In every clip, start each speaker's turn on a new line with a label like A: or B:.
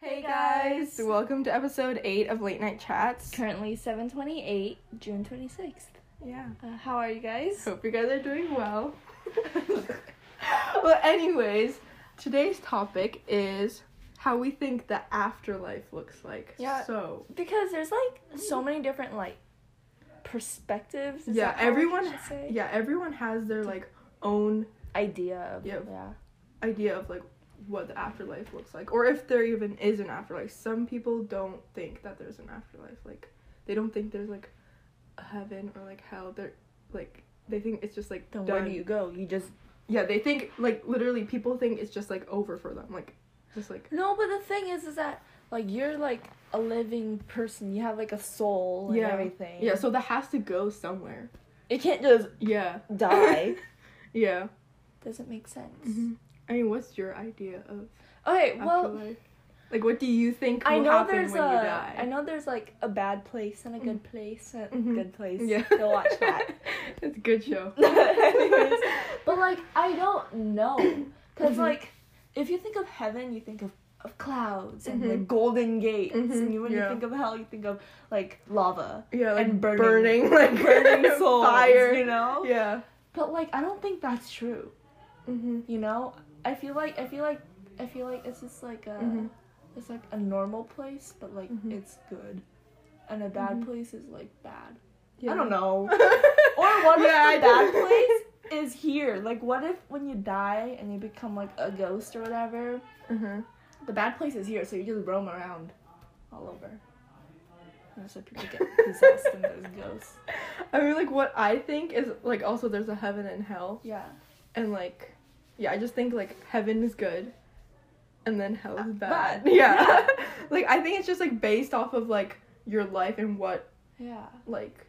A: Hey guys,
B: welcome to episode eight of Late Night Chats.
A: Currently 7:28, June 26th.
B: Yeah.
A: Uh, how are you guys?
B: Hope you guys are doing well. well, anyways, today's topic is how we think the afterlife looks like.
A: Yeah.
B: So
A: Because there's like so many different like perspectives. is
B: Mm-hmm. yeah,
A: that how
B: everyone.
A: I should say?
B: Yeah, everyone has their like own
A: idea of
B: Yep.
A: yeah.
B: idea of like what the afterlife looks like, or if there even is an afterlife. Some people don't think that there's an afterlife. Like they don't think there's like a heaven or like hell. They're like they think it's just like
A: Then where
B: done.
A: do you go? You just
B: Yeah, they think like literally people think it's just like over for them, like just like
A: No, but the thing is is that like you're like a living person. You have like a soul and
B: Yeah.
A: everything.
B: yeah. So that has to go somewhere.
A: it can't just
B: Yeah,
A: die.
B: yeah.
A: Doesn't make sense.
B: I mean, what's your idea of
A: Okay, well,
B: afterlife? Mm-hmm. like, what do you think will
A: I know
B: happen
A: there's
B: when
A: a
B: you die?
A: I know there's like a bad place and a good place and
B: Mhm.
A: good place.
B: Yeah,
A: Go watch that.
B: it's a good show.
A: Anyways, but like I don't know because
B: Mhm.
A: like if you think of heaven, you think of of clouds and the
B: Mhm.
A: golden gates, and
B: Mhm,
A: you, when you
B: yeah.
A: think of hell, you think of like lava,
B: Yeah, like
A: And burning-
B: burning, like
A: burning souls,
B: fire.
A: you know.
B: Yeah.
A: But like I don't think that's true.
B: Mm-hmm.
A: You know, I feel like I feel like I feel like it's just like a
B: Mhm.
A: it's like a normal place, but like
B: Mhm.
A: it's good, and a bad place is like bad.
B: Yeah.
A: I don't know.
B: or
A: Or what
B: yeah,
A: if
B: I
A: the bad
B: don't-
A: place is here? Like, what if when you die and you become like a ghost or whatever,
B: Mhm.
A: the bad place is here, so you just roam around all over. And so people get possessed and there's ghosts.
B: I mean, like, what I think is like also there's a heaven and hell.
A: Yeah.
B: and like yeah i just think like heaven is good and then hell
A: Uh,
B: is bad,
A: bad.
B: yeah like i think it's just like based off of like your life and what
A: Yeah.
B: like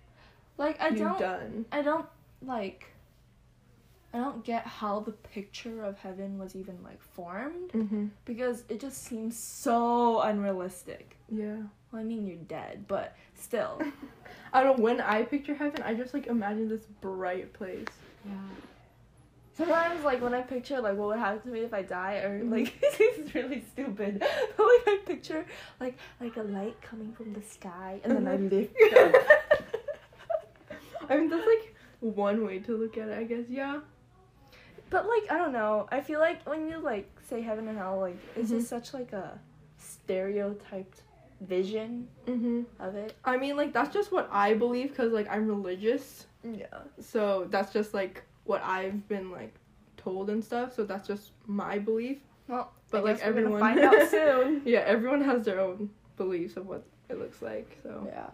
A: Like I
B: you've
A: don't.
B: done
A: I don't like. I don't get how the picture of heaven was even like formed
B: mm-hmm.
A: because it just seems so unrealistic.
B: yeah
A: Well, I mean you're dead, but still.
B: i don't when i picture heaven i just like imagine this bright place
A: Yeah. Sometimes, like when I picture like what would happen to me if I die, or
B: Mhm.
A: like this is really stupid, but like I picture like like a light coming from the sky, and then I
B: Mhm.
A: lift up.
B: i mean that's like one way to look at it i guess yeah
A: But like I don't know, I feel like when you like say heaven and hell, like it's just
B: Mm-hmm.
A: such like a stereotyped vision
B: mm-hmm.
A: of it.
B: i mean like that's just what i believe because like i'm religious
A: Yeah.
B: so that's just like what i've been like told and stuff so that's just my belief
A: Well,
B: But,
A: I
B: like,
A: guess we're gonna
B: everyone-
A: find out soon.
B: Yeah, everyone has their own beliefs of what it looks like. So.
A: yeah.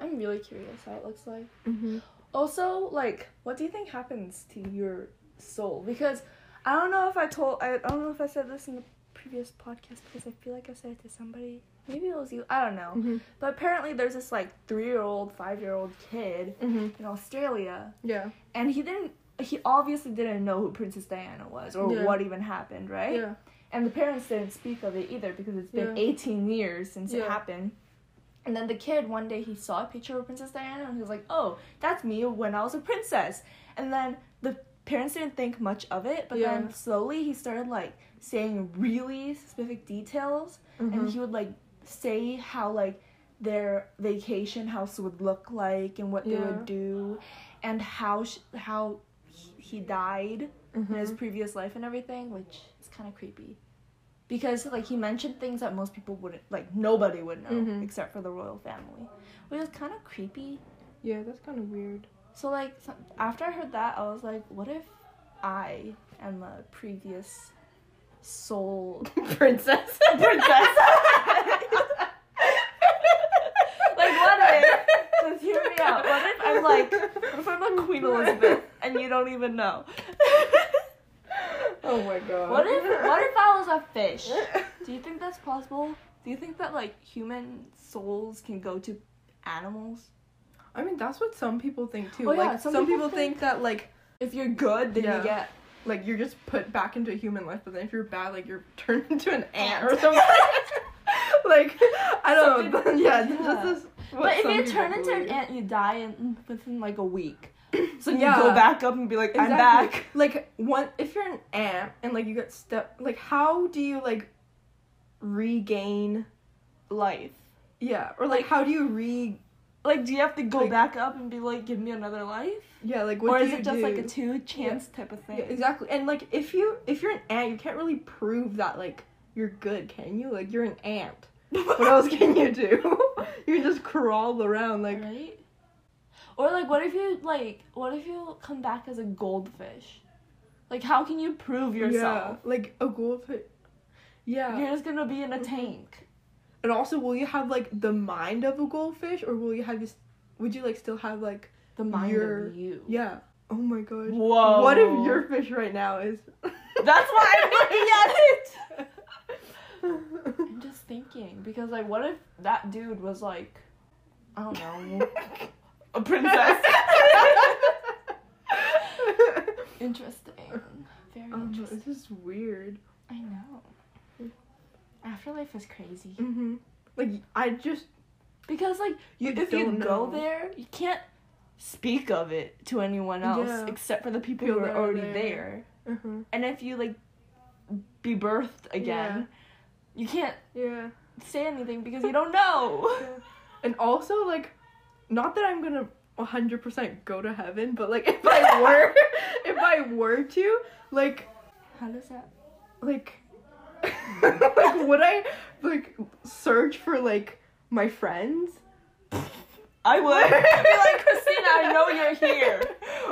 A: I'm really curious how it looks like.
B: Mm-hmm.
A: Also, like, what do you think happens to your soul? Because I don't know if I told, I don't know if I said this in the previous podcast because I feel like I said it to somebody. Maybe it was you. I don't know.
B: Mhm.
A: But apparently, there's this like three year old, five year old kid
B: Mhm.
A: in Australia,
B: Yeah.
A: and he didn't. He obviously didn't know who Princess Diana was or
B: Yeah.
A: what even happened, right?
B: Yeah.
A: And the parents didn't speak of it either because it's been
B: Yeah.
A: 18 years since it
B: Yeah.
A: happened. And then the kid one day he saw a picture of Princess Diana and he was like, "Oh, that's me when I was a princess." And then the parents didn't think much of it, but
B: Yeah.
A: then slowly he started like saying really specific details
B: Mm-hmm.
A: and he would like say how like their vacation house would look like and what they would
B: Yeah.
A: do and how sh- how he, he died in his
B: Mhm.
A: previous life and everything, which is kind of creepy. Because like he mentioned things that most people wouldn't, like nobody would know
B: Mhm.
A: except for the royal family, which is kind of creepy.
B: Yeah, that's kind of weird.
A: So like so- after I heard that, I was like, what if I am a previous soul
B: Princess.
A: princess? like what if? Just hear me out. What if I'm like, what if I'm a Queen Elizabeth and you don't even know?
B: Oh my god.
A: What if what if I was a fish? Do you think that's possible? Do you think that like human souls can go to animals?
B: I mean, that's what some people think too.
A: Oh, yeah,
B: like some, people, think, that like
A: If you're good, then you
B: Yeah.
A: get
B: like you're just put back into a human life, but then if you're bad, like you're turned into an ant or
A: Ant.
B: something. like I don't
A: Some
B: know.
A: people-
B: yeah,
A: yeah.
B: This is what
A: But if
B: some
A: you
B: people
A: turn into an
B: believe.
A: ant, you die in, within like a week. So you
B: Yeah.
A: go back up and be like, I'm
B: Exactly.
A: back.
B: Like one, if you're an ant and like you get stuck, like how do you like regain?
A: Life.
B: Yeah, or like how do you re?
A: Like, do you have to go
B: Like-
A: back up and be like, give me another life?
B: Yeah, like what
A: or
B: do
A: is
B: you
A: it just like a
B: do?
A: two chance type of
B: Yeah,
A: thing?
B: exactly, and like if you if you're an ant, you can't really prove that like you're good, can you? Like you're an ant. What else can you do? you can just crawl around like
A: right? Or like, what if you like, what if you come back as a goldfish? Like, how can you prove
B: Yeah,
A: yourself?
B: like a goldfish. Yeah.
A: You're just gonna be in a
B: Mhm.
A: tank.
B: And also, will you have like the mind of a goldfish, or will you have this? Would you like still have like
A: The mind
B: You're-
A: of you.
B: yeah? Oh my gosh.
A: Whoa.
B: What if your fish right now is?
A: That's why I'm looking at it.
B: at
A: I'm just thinking because like, what if that dude was like, I don't know, a princess. interesting. Very
B: um,
A: interesting.
B: this is weird.
A: I know. Afterlife is crazy.
B: hmm Like I just
A: Because like you,
B: We
A: if you
B: don't
A: go
B: know.
A: there, you can't speak of it to anyone else
B: Yeah.
A: except for the people
B: People
A: who
B: that
A: are
B: are
A: already
B: there.
A: there.
B: uh-huh.
A: And if you like be birthed again, you can't
B: yeah.
A: say anything because you don't know.
B: And also, like, not that I'm gonna 100% go to heaven, but like, if I were, if I were to, like,
A: How does that?
B: like, like, would I like search for like my friends?
A: I would I'd be like Christina. I know you're here.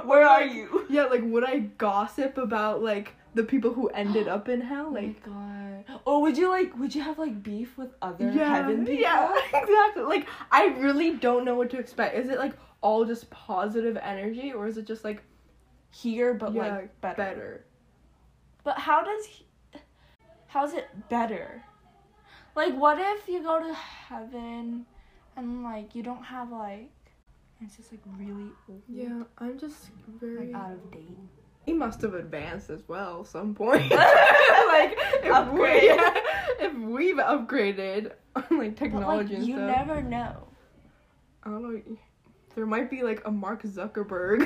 A: Where are you?
B: Yeah, like, would I gossip about like the people who ended up in hell? Like,
A: oh my god. Or would you like? Would you have like beef with other heaven people?
B: yeah, exactly. Like, I really don't know what to expect. Is it like all just positive energy, or is it just like
A: Here, but
B: yeah,
A: like better.
B: better?
A: But how does he, how's it better? Like what if you go to heaven and like you don't have like it's just like really old
B: Yeah, I'm just very.
A: like out of date.
B: He must have advanced as well some point. like if
A: Upgrade.
B: we if we've upgraded on like
A: But
B: technology
A: like
B: and
A: you
B: stuff.
A: never know.
B: I don't know. There might be like a Mark Zuckerberg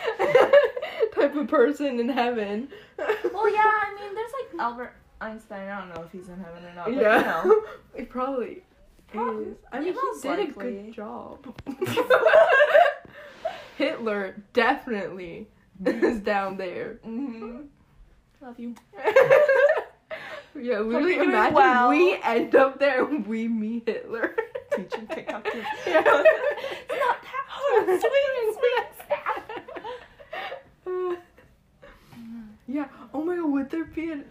B: type of person in heaven.
A: Well yeah, I mean there's like Albert Einstein, I don't know if he's in heaven or not, but
B: yeah.
A: you know.
B: It probably
A: Prob-
B: is. I mean, he
A: most
B: did a
A: likely.
B: good job. Hitler definitely
A: Mm-hmm.
B: is down there.
A: Mhm. Love you.
B: yeah, literally
A: doing
B: imagine
A: well.
B: we end up there and we meet Hitler.
A: Teaching TikTok kids.
B: Yeah.
A: It's not that hard. Sweet,
B: yeah. Oh my god, would there be an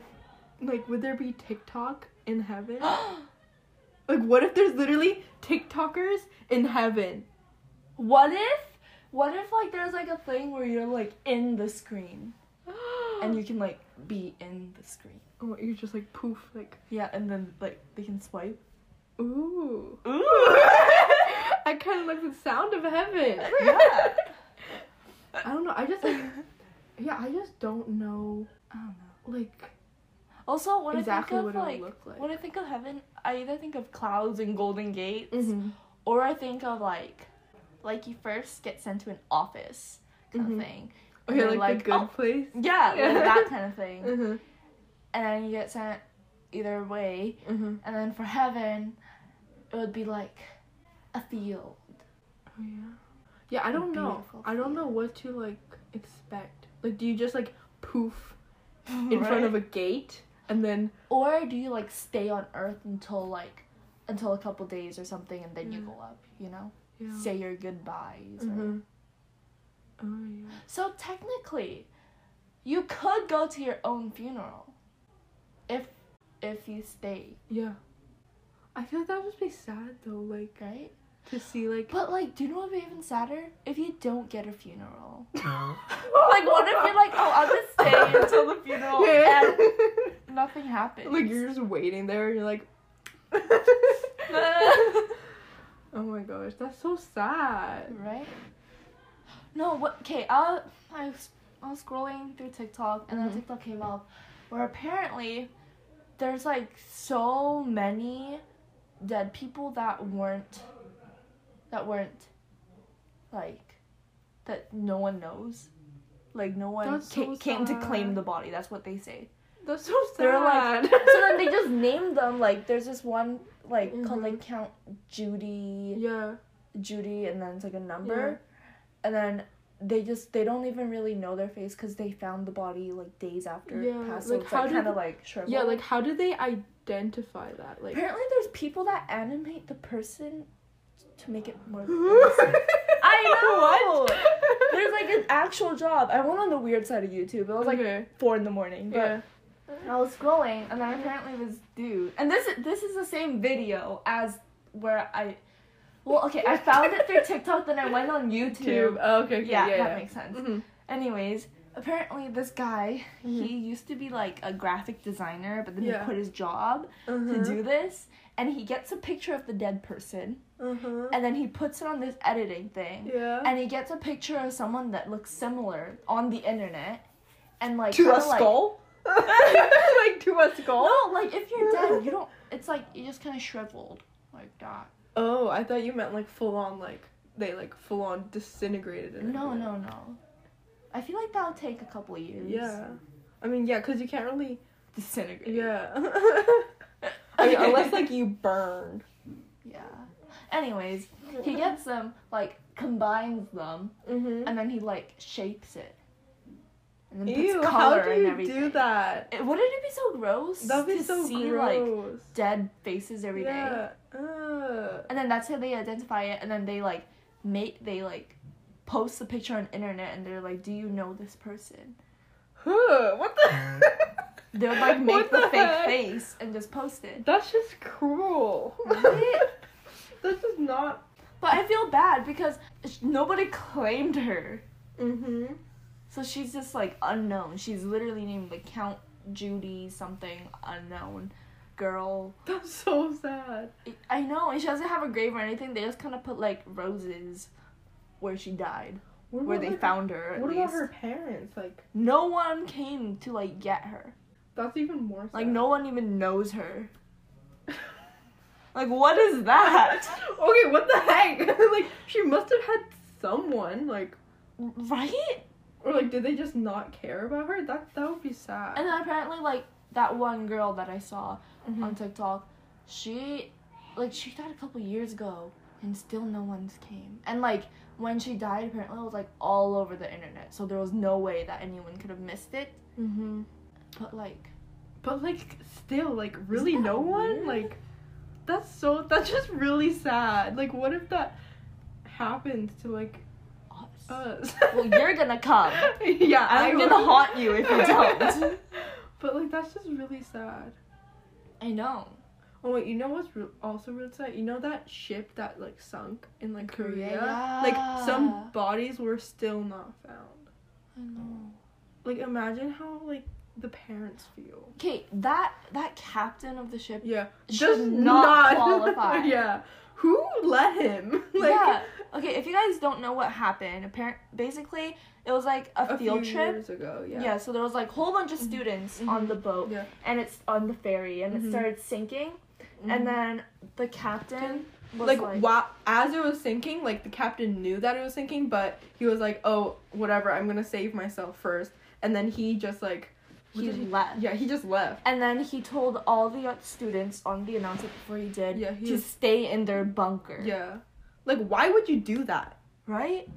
B: like would there be TikTok in heaven? like what if there's literally TikTokers in heaven?
A: What if? What if like there's like a thing where you're like in the screen and you can like be in the screen.
B: Oh, you just like poof like
A: Yeah, and then like they can swipe.
B: ooh.
A: Ooh.
B: I kinda like the sound of heaven.
A: Yeah.
B: I don't know, I just like yeah, I just don't know
A: I don't know.
B: like
A: Also, when
B: exactly
A: I think
B: what
A: of
B: it
A: like
B: would look like.
A: when I think of heaven, I either think of clouds and golden gates,
B: Mhm.
A: or I think of like like you first get sent to an office kind
B: Mhm.
A: of thing.
B: Oh yeah,
A: They're
B: like, the
A: like,
B: good
A: "Oh." Mm-hmm.
B: place.
A: Yeah,
B: Yeah.
A: like that kind of thing.
B: Uh-huh.
A: And then you get sent either way,
B: Uh-huh.
A: and then for heaven, it would be like a field.
B: Oh yeah. Yeah, I don't know.
A: Beautiful
B: I don't know
A: feeling.
B: what to like expect. Like, do you just like poof in front of a gate and then?
A: or do you like stay on earth until like until a couple days or something and then you
B: Yeah.
A: go up you know
B: Yeah.
A: say your goodbyes or...
B: Mhm. Oh yeah.
A: so technically you could go to your own funeral if if you stay
B: Yeah. I feel like that would be sad though. Like
A: right
B: to see like.
A: but like do you know what would be even sadder if you don't get a funeral
B: like
A: what if you're like, "Oh, I'll just stay until the funeral
B: Yeah.
A: nothing happens
B: like you're just waiting there and you're like. oh my gosh, that's so sad.
A: Right? No, what? Okay, I, I, was, I was scrolling through TikTok and
B: Mhm.
A: then TikTok came up where apparently there's like so many dead people that weren't, that weren't like that no one knows. Like no one
B: That's
A: ca-
B: so
A: came to claim
B: sad.
A: the body. That's what they say.
B: That's so sad.
A: They're like, so then they just named them. Like there's this one like called
B: Mhm.
A: like Count Judy,
B: yeah.
A: Judy, and then it's like a number, and then they just they don't even really know their face because they found the body like days after it
B: Yeah,
A: passed.
B: like,
A: so it's
B: how
A: like
B: did
A: kind of
B: the-
A: like shriveled.
B: Yeah, like how do they identify that? Like
A: apparently there's people that animate the person to make it more. realistic. I know!
B: What?
A: There's like an actual job. I went on the weird side of YouTube. It was like
B: okay.
A: four in the morning, but
B: yeah.
A: I was scrolling, and then apparently this dude, and this is this is the same video as where I, well, okay, I found it through TikTok, then I went on
B: Tube.
A: YouTube.
B: Oh, okay, okay.
A: Yeah,
B: yeah,
A: that
B: yeah.
A: makes sense.
B: Mhm.
A: Anyways, apparently this guy, he used to be like a graphic designer, but then
B: Mm-hmm. Yeah.
A: he quit his job
B: Mm-hmm.
A: to do this, and he gets a picture of the dead person,
B: Uh-huh.
A: and then he puts it on this editing thing,
B: yeah.
A: and he gets a picture of someone that looks similar on the internet, and like
B: to
A: kinda,
B: a
A: like-
B: skull? like to a skull?
A: No, like if you're dead, you don't. It's like you just kind of shriveled like that.
B: Oh, I thought you meant like full on like they like full on disintegrated. and
A: No,
B: everything.
A: no, no. I feel like that'll take a couple years.
B: Yeah. I mean, yeah, because you can't really.
A: disintegrate.
B: Yeah. I mean, unless like you burned.
A: yeah. Anyways, he gets them like combines them
B: Mm-hmm.
A: and then he like shapes it. And then
B: Ew,
A: puts
B: how
A: color
B: do
A: and
B: you
A: everything.
B: do that?
A: It- wouldn't it be so gross
B: That'd be
A: to
B: so
A: see like
B: gross.
A: dead faces every day?
B: yeah. Uh. Ugh.
A: And then that's how they identify it and then they like make they like post the picture on internet and they're like, Do you know this person?
B: Huh, what the?
A: They'll like
B: What
A: make the, fake
B: heck?
A: face and just post it.
B: That's just cruel.
A: Right?
B: That's just not.
A: But I feel bad because sh- nobody claimed her.
B: Mhm.
A: So she's just like unknown. She's literally named like Count Judy something unknown girl.
B: That's so sad.
A: I- I know, and she doesn't have a grave or anything. They just kind of put like roses where she died,
B: What
A: where
B: about
A: they
B: her-
A: found her. At
B: What
A: least.
B: about her parents? Like,
A: No one came to like get her.
B: that's even more. Sad.
A: Like no one even knows her. Like what is that?
B: okay, what the heck? like she must have had someone. Like,
A: right?
B: or like, did they just not care about her? That that would be sad.
A: And then apparently, like that one girl that I saw
B: Mm-hmm.
A: on TikTok, she, like, she died a couple years ago, and still no one's came. And like when she died, apparently it was like all over the internet, so there was no way that anyone could have missed it.
B: Mm-hmm.
A: But like,
B: But like, still, like, really,
A: Isn't that
B: no one.
A: weird?
B: Like, that's so. That's just really sad. Like, what if that happened to like
A: us.
B: us?
A: well, you're gonna come.
B: Uh, yeah,
A: I'm
B: I
A: gonna
B: will.
A: haunt you if you don't.
B: but like, that's just really sad.
A: I know.
B: Oh wait, you know what's re- also really sad? You know that ship that like sunk in like Korea?
A: Korea.
B: Like some bodies were still not found.
A: I know.
B: Like imagine how like the parents feel.
A: Okay, that that captain of the ship.
B: Yeah,
A: Should not qualify.
B: yeah, who let him? Like,
A: yeah. Okay, if you guys don't know what happened, apparent basically it was like a,
B: a
A: field
B: few
A: trip.
B: years ago.
A: Yeah.
B: Yeah. Mm-hmm.
A: so there was like whole bunch of students on the boat
B: Yeah.
A: and it's on the ferry and it
B: Mhm.
A: started sinking
B: Mhm.
A: and then the captain was
B: Like,
A: like,
B: while as it was sinking, like the captain knew that it was sinking, but he was like, "Oh, whatever, I'm gonna save myself first. And then he just like, what
A: he
B: did he-
A: left.
B: yeah, he just left.
A: And then he told all the uh, students on the announcement before he did
B: Yeah, he
A: to
B: was-
A: stay in their bunker.
B: Yeah, like why would you do that?
A: Right?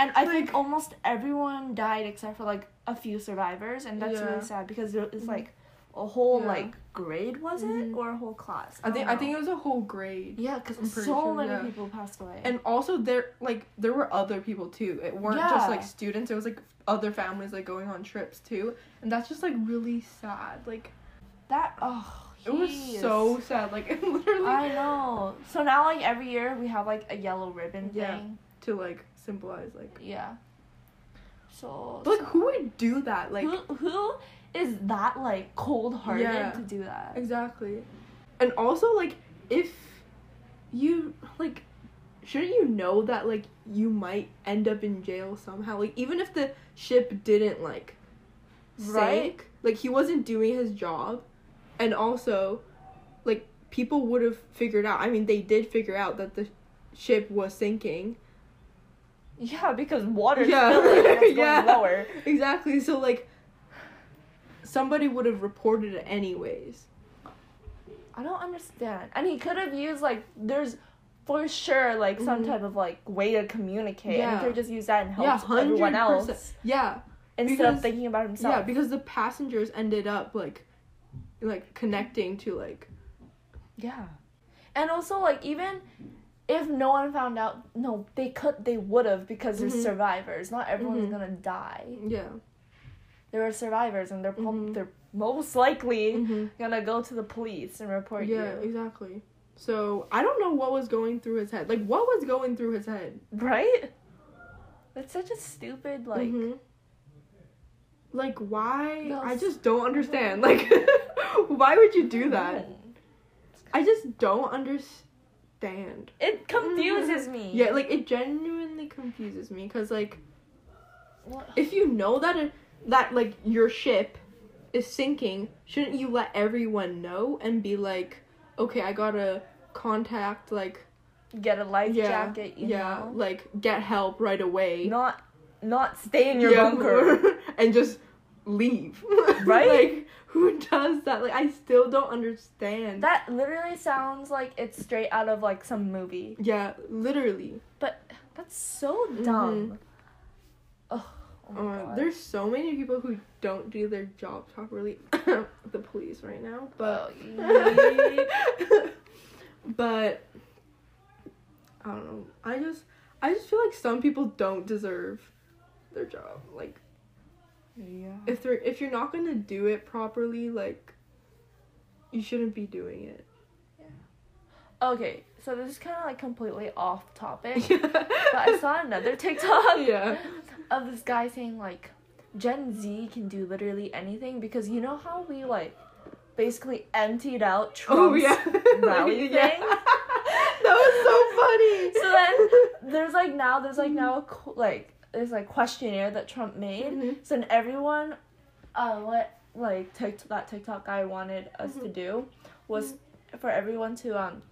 A: And I think
B: Like-
A: almost everyone died except for like a few survivors and that's
B: Yeah. Mm-hmm.
A: really sad because there is like a whole
B: Yeah.
A: like grade was it
B: Mhm.
A: or a whole class?
B: I think
A: don't
B: I think
A: know.
B: it was a whole grade.
A: yeah, because
B: I'm
A: so
B: pretty sure,
A: many
B: yeah.
A: people passed away.
B: And also there like there were other people too. It weren't just like
A: Yeah.
B: students, it was like other families like going on trips too. And that's just like really sad. Like
A: that oh,
B: it was
A: jeez.
B: so sad. Like it literally
A: I know. So now, like every year, we have like a yellow ribbon
B: Yeah.
A: thing.
B: to like symbolize like
A: Yeah. So,
B: but, like who would do that? Like
A: who who is that like cold hearted
B: Yeah.
A: to do that?
B: exactly. And also like if you like shouldn't you know that like you might end up in jail somehow? Like even if the ship didn't like
A: Right?
B: sank. Like he wasn't doing his job, and also, like people would have figured out. I mean, they did figure out that the ship was sinking,
A: Yeah, because water's
B: Yeah.
A: filling and it's going
B: Yeah.
A: lower.
B: Exactly. So like somebody would have reported it anyways.
A: I don't understand. And he could have used like there's for sure like some
B: Mhm.
A: type of like way to communicate. And
B: Yeah.
A: he could have just used that and
B: Yeah,
A: helped everyone
B: 100%.
A: else
B: Yeah.
A: instead
B: Because-
A: of thinking about himself.
B: Yeah, because the passengers ended up like like connecting to like
A: Yeah. And also like even if no one found out, no, they could they would have because they're
B: Mhm.
A: survivors. Not everyone's
B: Mhm.
A: gonna die.
B: yeah.
A: There are survivors and they're prob-
B: Mhm.
A: they're most likely
B: Mm-hmm.
A: gonna go to the police and report
B: Yeah,
A: you.
B: exactly. So I don't know what was going through his head. Like what was going through his head?
A: Right? That's such a stupid like
B: Mhm. like why?
A: Those-
B: I just don't understand. Like why would you do that? I just don't understand.
A: It confuses me.
B: Yeah, like it genuinely confuses me because like
A: What-
B: if you know that it, that like your ship is sinking, shouldn't you let everyone know and be like, okay, I gotta contact like
A: Get a life
B: yeah,
A: jacket, you
B: yeah,
A: know.
B: like get help right away,
A: Not not stay in your
B: Yeah.
A: bunker.
B: and just leave,
A: Right?
B: like who does that? Like I still don't understand.
A: That literally sounds like it's straight out of like some movie.
B: yeah, literally.
A: But that's so dumb. Ugh, Oh, my
B: Uh,
A: God.
B: Mm-hmm. there's so many people who don't do their job properly. the police right now, but.
A: Oh, yeet.
B: but I don't know. I just I just feel like some people don't deserve their job. Like
A: yeah.
B: if they're if you're not gonna do it properly, like you shouldn't be doing it.
A: Okay, so this is kind of like completely off topic,
B: but
A: but I saw another TikTok
B: Yeah.
A: of this guy saying like Gen Z can do literally anything because you know how we like basically emptied out
B: Oh
A: Trump's
B: yeah.
A: rally
B: Yeah.
A: thing.
B: that was so funny.
A: So then there's like now there's like now a
B: Mm-hmm.
A: qu- like there's like questionnaire that Trump made.
B: Mhm.
A: So then everyone, uh, what like tick that TikTok guy wanted us
B: Mm-hmm.
A: to do was for everyone to um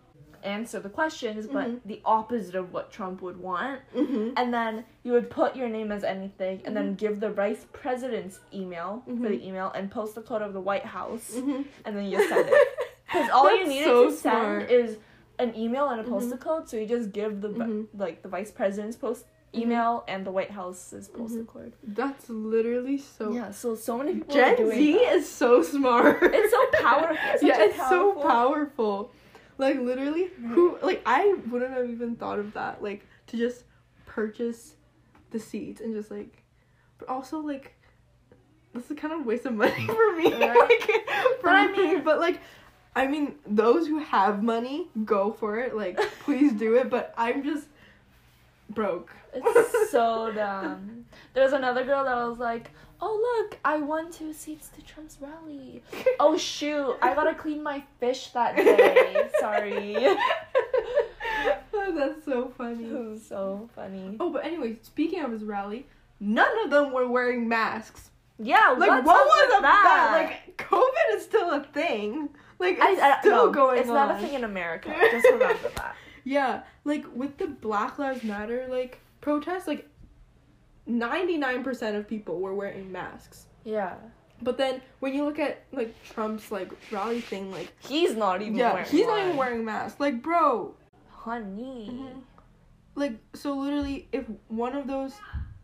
A: answer the questions, but
B: Mhm.
A: the opposite of what Trump would want.
B: Mhm.
A: And then you would put your name as anything, and then
B: Mm-hmm.
A: give the vice president's email for the email, and post the code of the White House,
B: Mhm.
A: and then Mm-hmm. you send it. Because all you
B: That's
A: needed
B: so
A: to
B: smart. Mm-hmm.
A: send is an email and a postal code, so you just give the vi-
B: Mhm.
A: like the vice president's post
B: Mm-hmm.
A: email and the White House's postal code.
B: That's literally Mm-hmm. so
A: Yeah, so so many people are
B: Gen
A: doing
B: Z
A: that.
B: is so smart.
A: It's so powerful. It's such
B: yeah,
A: a
B: it's
A: powerful-
B: so powerful. Like literally, who like I wouldn't have even thought of that. Like to just purchase the seeds and just like, but also like, this is kind of a waste of money for me.
A: Right.
B: like, for
A: But I
B: me,
A: mean-
B: but like. I mean, those who have money, go for it. Like, please do it. But I'm just broke.
A: It's so dumb. There's another girl that was like, "Oh look, I won two seats to Trump's rally. Oh shoot, I gotta clean my fish that day. Sorry."
B: Oh, That's so
A: It
B: funny.
A: was so funny.
B: Oh, but anyway, speaking of his rally, none of them were wearing masks.
A: Yeah,
B: Like, what,
A: what's up
B: was
A: with
B: up with
A: that?
B: that? Like, COVID is still a thing. Like,
A: I-
B: it's
A: I-
B: still
A: no,
B: going
A: It's
B: on.
A: not a thing in America. Just remember that.
B: Yeah, like with the Black Lives Matter like protest, like ninety nine percent of people were wearing masks.
A: Yeah,
B: But then when you look at like Trump's like rally thing, like
A: he's not even.
B: yeah,
A: wearing
B: he's not even
A: one.
B: wearing masks. Like, bro,
A: Honey.
B: Mhm. like so literally if one of those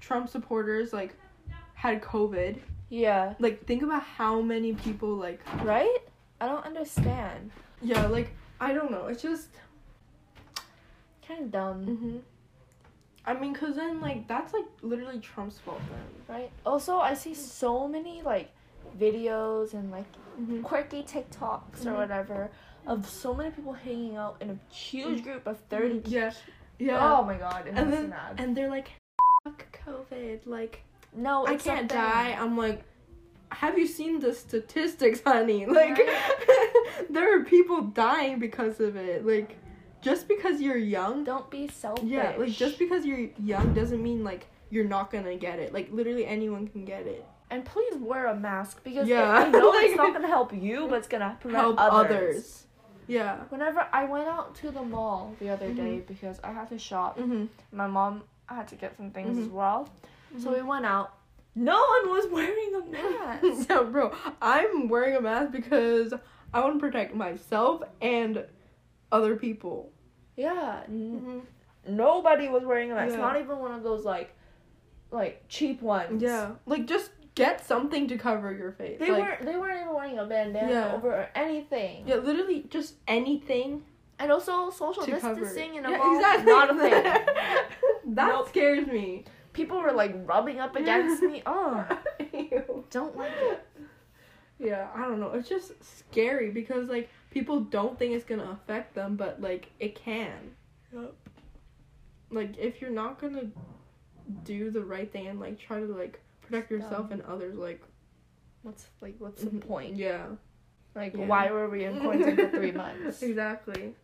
B: trump supporters like had covid
A: Yeah.
B: like think about how many people like
A: Right? I don't understand.
B: yeah like i don't know it's just
A: Kind of dumb,
B: hmm i mean because then like that's like literally trump's fault then
A: right? Also, I see so many like videos and like
B: Mhm.
A: quirky TikToks or
B: Mhm.
A: whatever of so many people hanging out in a huge group of 30
B: Mhm. Yeah.
A: ki-
B: yeah
A: Oh my god, it
B: and
A: makes
B: then
A: me mad.
B: and they're like fuck covid like
A: no,
B: i
A: it's a
B: can't
A: thing.
B: die i'm like have you seen the statistics honey like there are people dying because of it like just because you're young
A: Don't be selfish.
B: Yeah, like just because you're young doesn't mean like you're not gonna get it. Like literally anyone can get it.
A: And please wear a mask because
B: Yeah.
A: I know it's
B: Like-
A: not gonna help you, but it's gonna prevent
B: Help
A: others.
B: others. Yeah. Mm-hmm.
A: Whenever I went out to the mall the other day because I had to shop,
B: Mhm.
A: my mom I had to get some things as
B: Mhm.
A: well. So we went out. No one was wearing a mask.
B: no, bro, I'm wearing a mask because I want to protect myself and other people.
A: yeah, n- nobody was wearing a mask.
B: Yeah.
A: Not even one of those like, like cheap ones.
B: Yeah, like just get something to cover your face.
A: They
B: like,
A: weren't. They weren't even wearing a bandana
B: Yeah.
A: over or anything.
B: Yeah, literally just anything
A: And also social
B: to cover.
A: distancing in a
B: yeah,
A: mall.
B: exactly.
A: Not a thing.
B: that
A: Nope.
B: scares me.
A: People were like rubbing up against me. Oh,
B: Ew.
A: don't like it.
B: Yeah, I don't know. It's just scary because like people don't think it's gonna affect them, but like it can.
A: Yup.
B: Like if you're not gonna do the right thing and like try to like protect yourself and others, like
A: What's like? What's the
B: mhm,
A: point?
B: Yeah.
A: Like,
B: Yeah.
A: why were we in quarantine for three months?
B: Exactly.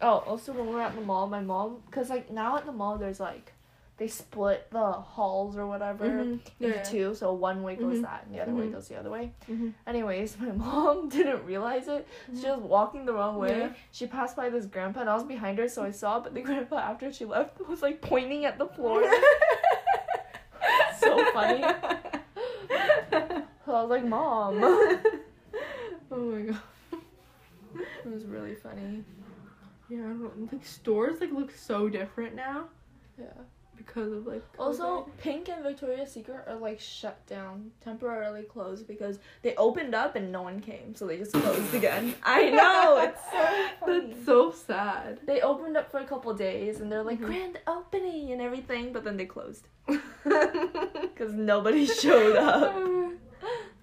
A: Oh, also when we were at the mall, my mom, cause like now at the mall there's like, they split the halls or whatever
B: Mhm.
A: into
B: Yeah.
A: two, so one way goes
B: Mhm.
A: that and the other way
B: Mhm.
A: goes the other way.
B: Mhm.
A: Anyways, my mom didn't realize it. She was walking the wrong way.
B: Yeah.
A: She passed by this grandpa and I was behind her, so I saw. But the grandpa after she left was like pointing at the floor. So funny. So I was like, mom.
B: oh my god.
A: It was really funny.
B: Yeah, I don't like stores like look so different now
A: Yeah.
B: because of like
A: Also,
B: COVID.
A: Pink and Victoria's Secret are like shut down, temporarily closed because they opened up and no one came, so they just closed again. I know it's so funny.
B: That's so sad.
A: They opened up for a couple days and they're like
B: Mhm.
A: grand opening and everything, but then they closed
B: I
A: because nobody showed up.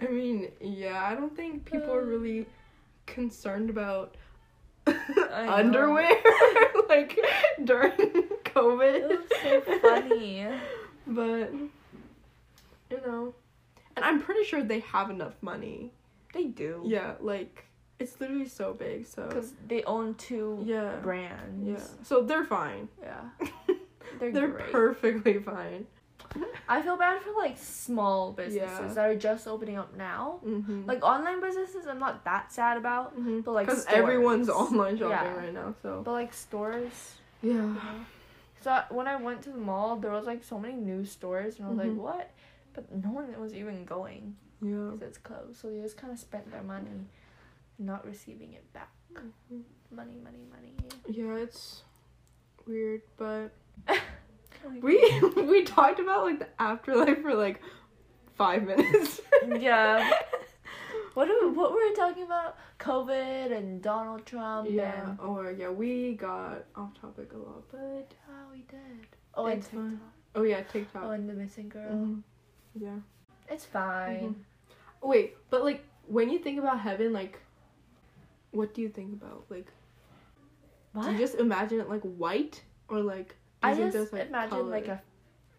B: mean, yeah, I don't think people are really concerned about
A: know.
B: underwear like during COVID.
A: It was so funny.
B: But you know, and I'm pretty sure they have enough money.
A: They do.
B: Yeah, like it's literally so big, so
A: Because they own two
B: yeah. Yeah.
A: brands.
B: So they're fine.
A: Yeah. They're,
B: They're
A: great.
B: perfectly fine.
A: I feel bad for like small businesses
B: Yeah.
A: that are just opening up now.
B: Mm-hmm.
A: Like online businesses, I'm not that sad about, but like
B: because
A: stores.
B: everyone's online shopping
A: Yeah.
B: right now, so
A: But like stores,
B: yeah.
A: you know. So I- when I went to the mall, there was like so many new stores, and I was
B: Mhm.
A: like, what? But no one was even going
B: Yeah.
A: because it's closed. So they just kind of spent their money, not receiving it back.
B: Mm-hmm.
A: Money, money, money.
B: Yeah, it's weird, but we we talked about like the afterlife for like five minutes.
A: yeah. What are, what were we talking about? COVID and Donald Trump.
B: yeah.
A: And,
B: Or yeah, we got off topic a lot, but
A: oh, we did. Oh, and
B: It's
A: TikTok.
B: fine. oh yeah,
A: Oh,
B: TikTok.
A: and the missing girl.
B: Mhm. Yeah.
A: It's fine.
B: Wait, but like when you think about heaven, like what do you think about? Like Mm-hmm. do you just imagine it like white or like do you
A: I
B: think
A: just
B: there's,
A: imagine like a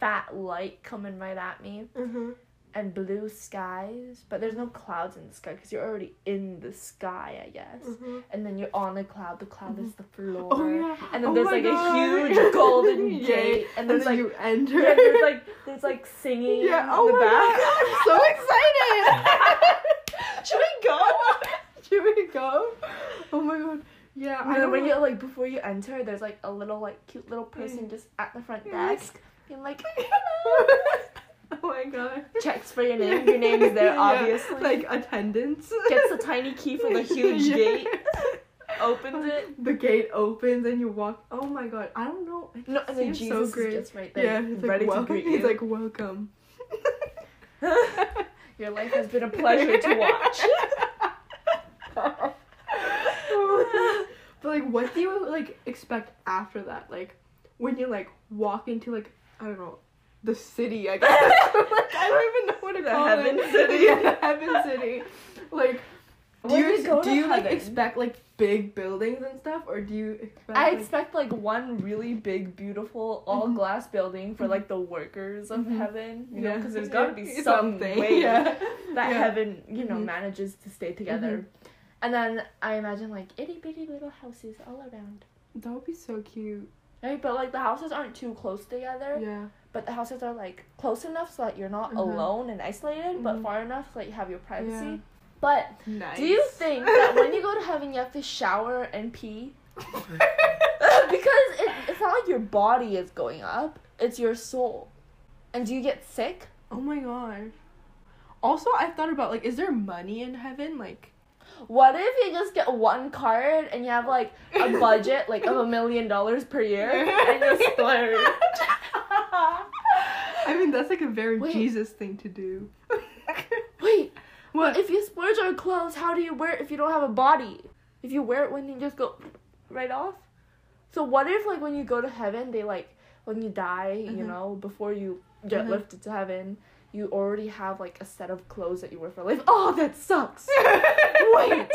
A: fat light coming right at me
B: hmm
A: and blue skies, but there's no clouds in the sky because you're already in the sky, I guess. And then you're on a cloud. The cloud is the floor.
B: Mm-hmm. Oh yeah.
A: And then
B: Oh
A: there's
B: my
A: like
B: God.
A: a huge golden
B: Yeah.
A: gate, and there's
B: then
A: like
B: you enter.
A: yeah, there's like there's like singing
B: Yeah,
A: in
B: oh
A: the
B: my
A: back.
B: God, I'm so excited.
A: Should we go?
B: Should we go? Oh my god. Yeah,
A: And
B: I
A: then
B: don't
A: when
B: know.
A: you like before you enter, there's like a little like cute little person just at the front
B: Yes.
A: desk, being like
B: oh my god.
A: checks for your name. Your name is there,
B: Yeah,
A: obviously.
B: Like attendance.
A: gets the tiny key from the huge
B: Yeah.
A: gate, opens it.
B: The gate opens and you walk. Oh my god, I don't know. It
A: No,
B: just
A: and then
B: seems so
A: Jesus
B: great.
A: is just right there,
B: yeah, he's
A: ready
B: like,
A: to
B: welcome.
A: greet
B: He's
A: you.
B: like, welcome.
A: Your life has been a pleasure to watch.
B: "Oh." but like, what do you like expect after that? Like, when you like walk into like I don't know, the city. I guess. like, I don't even know what to
A: The
B: call
A: heaven
B: it.
A: city.
B: Yeah, the heaven city. Like. Do
A: When
B: you,
A: you go
B: do
A: to
B: you like
A: heaven.
B: expect like big buildings and stuff, or do you expect?
A: I
B: like-
A: expect like one really big, beautiful, all
B: Mhm.
A: glass building for like the workers of
B: Mhm.
A: heaven, you know,
B: Yeah.
A: because there's got to be
B: It's
A: some
B: something,
A: way
B: yeah.
A: that
B: Yeah. Mm-hmm.
A: heaven, you know,
B: Mhm.
A: manages to stay together. And then I imagine like itty bitty little houses all around.
B: That would be so cute.
A: Right, but like the houses aren't too close together.
B: Yeah.
A: but the houses are like close enough so that you're not
B: Mhm.
A: alone and isolated, but
B: Mhm.
A: far enough so that you have your privacy.
B: Yeah.
A: But
B: Nice.
A: do you think that when you go to heaven, you have to shower and pee? because it, it's not like your body is going up. It's your soul. And do you get sick?
B: Oh my god. Also, I thought about like, is there money in heaven? Like,
A: What if you just get one card and you have like a budget like of a million dollars per year and you splurge?
B: I mean, that's like a very
A: Wait.
B: Jesus thing to do.
A: Wait,
B: what?
A: if you splurge on clothes, how do you wear it if you don't have a body? If you wear it when you just go right off? So what if like when you go to heaven, they like when you die, you
B: Mhm.
A: know, before you get
B: Mhm.
A: lifted to heaven, you already have like a set of clothes that you wear for life. Oh, that sucks.
B: Wait.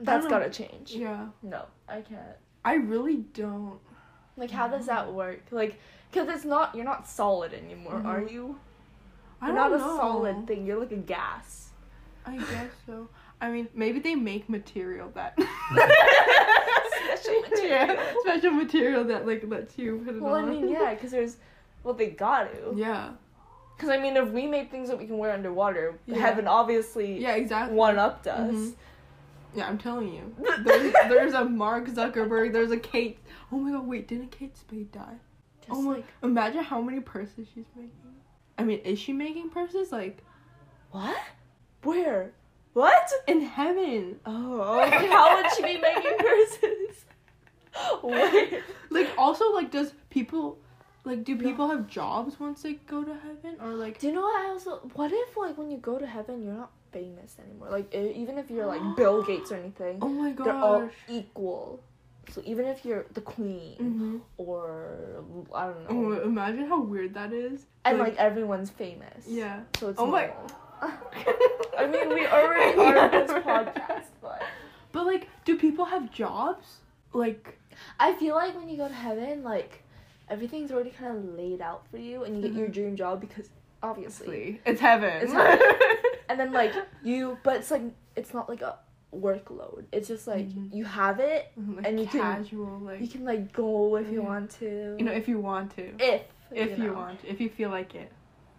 A: That's
B: don't-
A: gotta change.
B: yeah,
A: No, I can't.
B: I really don't.
A: Like, how does that work? Like, because it's not, you're not solid anymore,
B: Mhm.
A: are you?
B: I
A: You're
B: don't
A: not
B: know.
A: a solid thing. You're like a gas.
B: I guess so. I mean, maybe they make material that
A: Special
B: yeah, special material that like lets you put it
A: Well, I
B: on.
A: mean, yeah, because there's, well, they got to.
B: yeah,
A: Because, I mean, if we made things that we can wear underwater,
B: Yeah.
A: heaven obviously
B: yeah, exactly.
A: one upped us.
B: Mhm. Yeah, I'm telling you. There's, there's a Mark Zuckerberg. There's a Kate. Oh my god, wait, didn't Kate Spade die?
A: Just
B: oh my,
A: like,
B: imagine how many purses she's making. I mean, is she making purses like
A: what? Where? What?
B: in heaven?
A: Oh, okay, how would she be making purses? Wait.
B: Like also like does people like do people have jobs once they go to heaven or like
A: Do you know what I also? What if like when you go to heaven, you're not famous anymore? Like e- even if you're like Bill Gates or anything,
B: oh my
A: they're all
B: gosh.
A: equal. So even if you're the queen
B: Mhm.
A: or I don't
B: Oh,
A: know,
B: imagine how weird that is.
A: and like everyone's famous,
B: yeah.
A: So it's
B: Oh my-
A: normal. I mean, we already are this podcast, but
B: But like, do people have jobs? Like,
A: I feel like when you go to heaven, like everything's already kind of laid out for you, and you get your
B: Mhm.
A: dream job because obviously
B: it's heaven.
A: It's heaven. and then like you but it's like it's not like a workload it's just like
B: Mhm.
A: you have it
B: like
A: and you can-
B: casual, like
A: you can like go if Mm-hmm. you
B: Yeah.
A: want to
B: you know, if you want to,
A: if
B: if you,
A: know.
B: want, if you feel like it.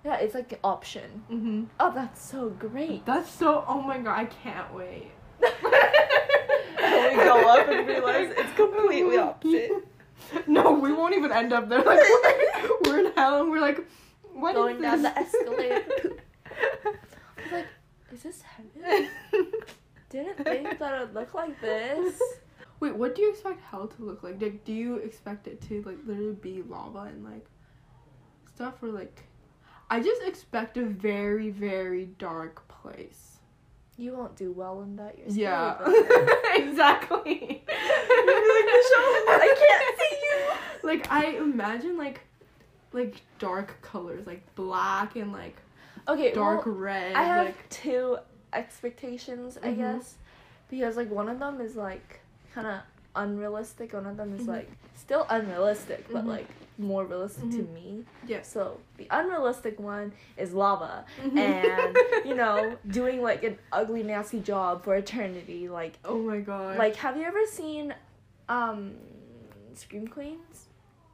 A: yeah it's like an option
B: Mm-hmm.
A: oh that's so great
B: That's so. Oh my god, I can't wait.
A: And we go up and realize it's completely opposite.
B: No, we won't even end up there. Like we're, we're in hell, and we're like, what is
A: Going down
B: this?
A: the escalator. like is this heaven didn't think that it would look like this
B: Wait, what do you expect hell to look like? Like, do you expect it to like literally be lava and like stuff, or like? I just expect a very, very dark place.
A: you won't do well in that yourself
B: Yeah, exactly.
A: I can't see you.
B: Like I imagine like like dark colors, like black and like
A: okay well,
B: dark red.
A: I have
B: like
A: two expectations, I
B: Mhm.
A: guess, because like one of them is like kind of unrealistic, one of them is
B: Mhm.
A: like still unrealistic, but
B: Mhm.
A: like more realistic to
B: Mhm.
A: me.
B: yes,
A: So the unrealistic one is lava, and you know, doing like an ugly, nasty job for eternity. Like,
B: Oh my god.
A: like have you ever seen, um, Scream Queens?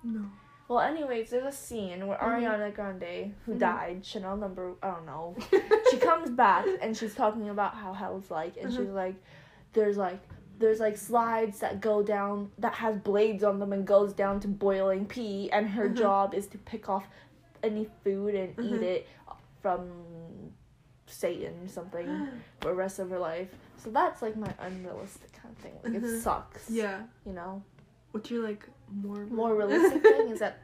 B: no.
A: Well, anyways, there's a scene where
B: Mhm.
A: Ariana Grande, who
B: Mhm.
A: died, Chanel number, I don't know, she comes back and she's talking about how hell's like and
B: Uh-huh.
A: she's like there's like there's like slides that go down that has blades on them and goes down to boiling pee and her
B: Uh-huh.
A: job is to pick off any food and eat
B: Uh-huh.
A: it from satan something for the rest of her life so that's like my unrealistic kind of thing like
B: Uh-huh.
A: it sucks
B: Yeah.
A: you know
B: What's your like more
A: more realistic thing is that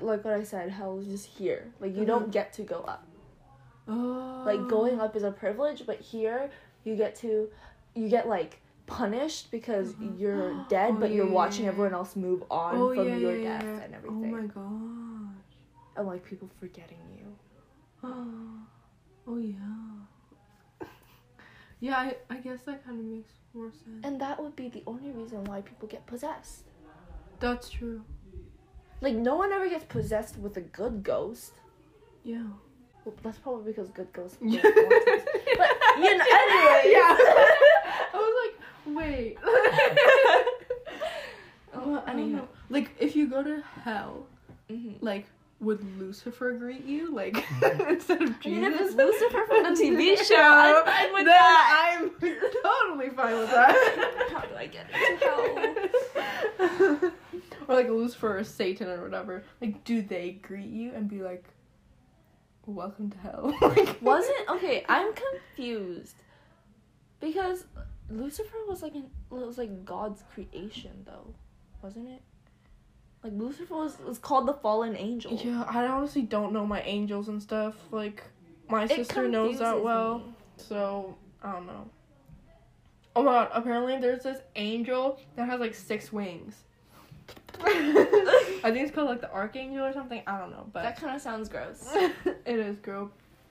A: like what i said hell is just here like you don't
B: Mhm.
A: get to go up
B: oh.
A: like going up is a privilege but here you get to you get like punished because
B: Mhm.
A: you're dead
B: Oh,
A: but you're
B: yeah,
A: watching
B: yeah,
A: everyone
B: yeah.
A: else move on
B: Oh,
A: from
B: yeah,
A: your
B: yeah,
A: death
B: yeah.
A: and
B: Oh
A: everything
B: my god.
A: and like people forgetting you
B: Mm. Oh yeah. Yeah, I, I guess that kind of makes more sense.
A: and that would be the only reason why people get possessed
B: That's true.
A: like no one ever gets possessed with a good ghost
B: Yeah.
A: well, that's probably because good ghosts
B: Yeah.
A: don't want to. but you know anyway
B: Yeah. I was like, wait.
A: Oh,
B: Well, I don't know. Like, if you go to hell,
A: Mhm.
B: like, would Lucifer greet you? Like, instead of
A: I mean,
B: Jesus?
A: if it's Lucifer from the TV show, I'm fine with
B: then
A: that.
B: I'm totally fine with that.
A: How do I get into hell?
B: or like Lucifer or Satan or whatever, like do they greet you and be like, "Welcome to hell"? Like-
A: Wasn't okay. I'm confused because Lucifer was like an was like God's creation though, wasn't it? Like Lucifer was, was called the fallen angel.
B: Yeah, I honestly don't know my angels and stuff. Like my
A: It
B: sister knows that
A: confuses
B: well,
A: me.
B: so I don't know. Oh my god! Apparently, there's this angel that has like six wings. I think it's called like the archangel or something. I don't know,
A: That
B: but
A: kind of sounds gross.
B: it is girl.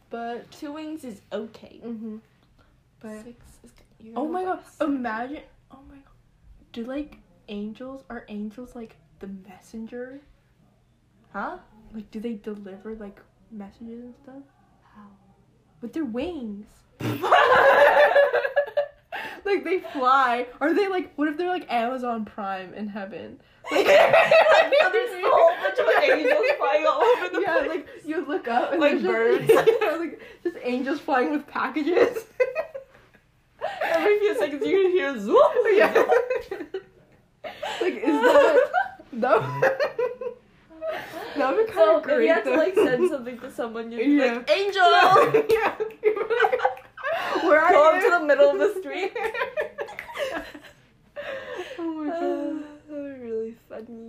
B: But
A: Two wings is okay.
B: hmm but
A: Six is. you
B: oh
A: know
B: my
A: what?
B: god! Imagine oh my god, do like angels are angels like the messenger?
A: Huh?
B: Like do they deliver like messages and stuff?
A: How?
B: with their wings. like they fly. Are they like what if they're like Amazon Prime in heaven? Like,
A: So there's a whole bunch of angels flying all over the
B: yeah,
A: place.
B: like you look up and
A: Like
B: there's
A: birds.
B: Just, yeah, like just angels flying with packages.
A: Every few seconds you can hear zoom.
B: yeah. like is that that that would be kind
A: So
B: of
A: if
B: great.
A: you have to
B: though.
A: like send something to someone, you'd be like, Angel!
B: yeah. Where are
A: Go up
B: you?
A: to the middle of the street.
B: oh my god.
A: was really funny.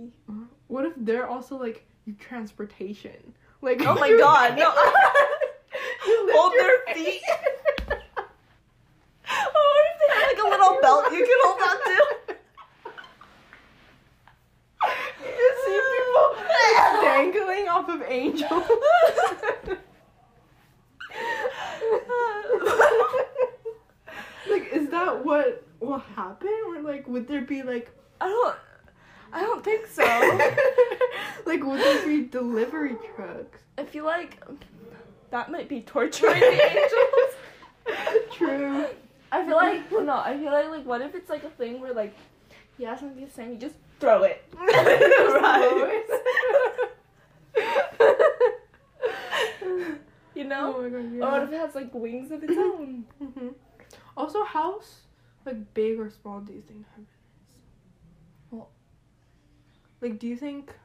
B: What if they're also like your transportation? Like
A: Oh my god, no.
B: You lift
A: Hold
B: your-
A: their feet. Oh, what if they had like a little belt you can hold on to?
B: You just see people like, dangling off of angels. like, is that what will happen? Or like, would there be like
A: I don't. I don't think so.
B: like would there be delivery trucks?
A: I feel like that might be torturing the angels.
B: True.
A: I feel like well, no. I feel like like what if it's like a thing where like you have something to send, you just throw it. You know.
B: my god.
A: Or what if it has like wings of its own?
B: Mhm. Also, how s- like big or small do you think heaven is?
A: Well-
B: like, do you think?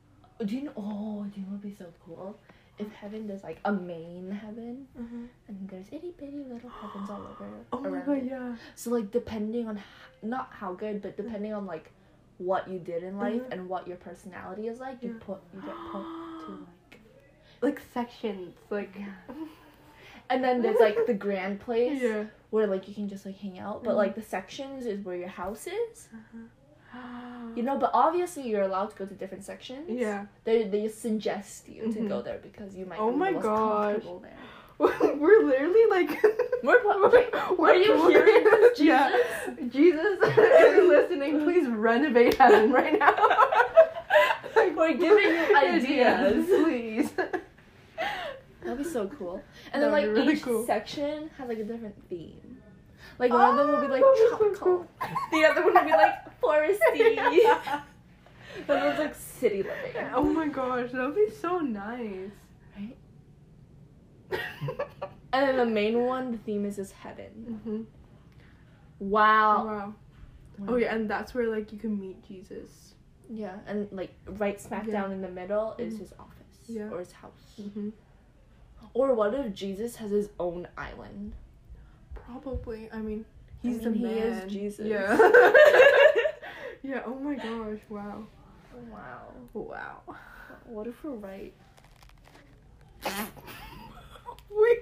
A: Do you know? Oh, do you know what would be so cool? If heaven does like a main heaven, and there's itty bitty little heavens all over.
B: Oh my
A: mm-hmm. around
B: god,
A: it.
B: yeah.
A: So like depending on h- not how good, but depending on like what you did in life
B: Mhm.
A: and what your personality is like, you
B: Yeah.
A: put you get put to like.
B: Like sections, like
A: And then there's like the grand place
B: yeah.
A: where like you can just like hang out, but
B: Mhm.
A: like the sections is where your house is.
B: Oh.
A: You know, but obviously you're allowed to go to different sections.
B: Yeah.
A: They they suggest you to
B: Mhm.
A: go there because you might
B: Oh
A: be
B: my
A: the most
B: gosh.
A: comfortable there.
B: We're literally like.
A: We're pl- wait, are you
B: doing
A: hearing this,
B: Yeah. Jesus, if you're listening, please renovate heaven right now. Like,
A: We're giving you ideas.
B: please.
A: That'd be so cool. And
B: That would
A: then like
B: be really
A: each
B: cool.
A: section has like a different theme. Like one of them will be like
B: Oh,
A: tropical. The other one will
B: would
A: be like foresty.
B: Yeah.
A: the other one's like city living.
B: Oh my gosh, that would be so nice.
A: Right? And then the main one, the theme is just heaven.
B: Mhm.
A: Wow.
B: Wow. Oh yeah, and that's where like you can meet Jesus.
A: Yeah, and like right smack
B: Yeah.
A: down in the middle is
B: Mhm.
A: his office
B: Yeah.
A: or his house.
B: Mm-hmm.
A: Or what if Jesus has his own island?
B: Probably. I mean, he's
A: mean,
B: the
A: he
B: man.
A: is Jesus.
B: Yeah. yeah. Oh my gosh. Wow.
A: Wow.
B: Wow.
A: What if we're right?
B: we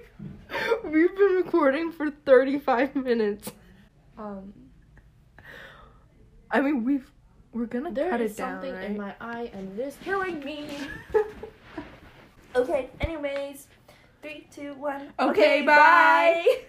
B: we've been recording for 35 minutes.
A: Um,
B: I mean, we've we're gonna
A: there
B: cut
A: is
B: it down,
A: something
B: right?
A: in my eye and it is killing me. Okay, anyways. Three, two, one.
B: Okay, bye.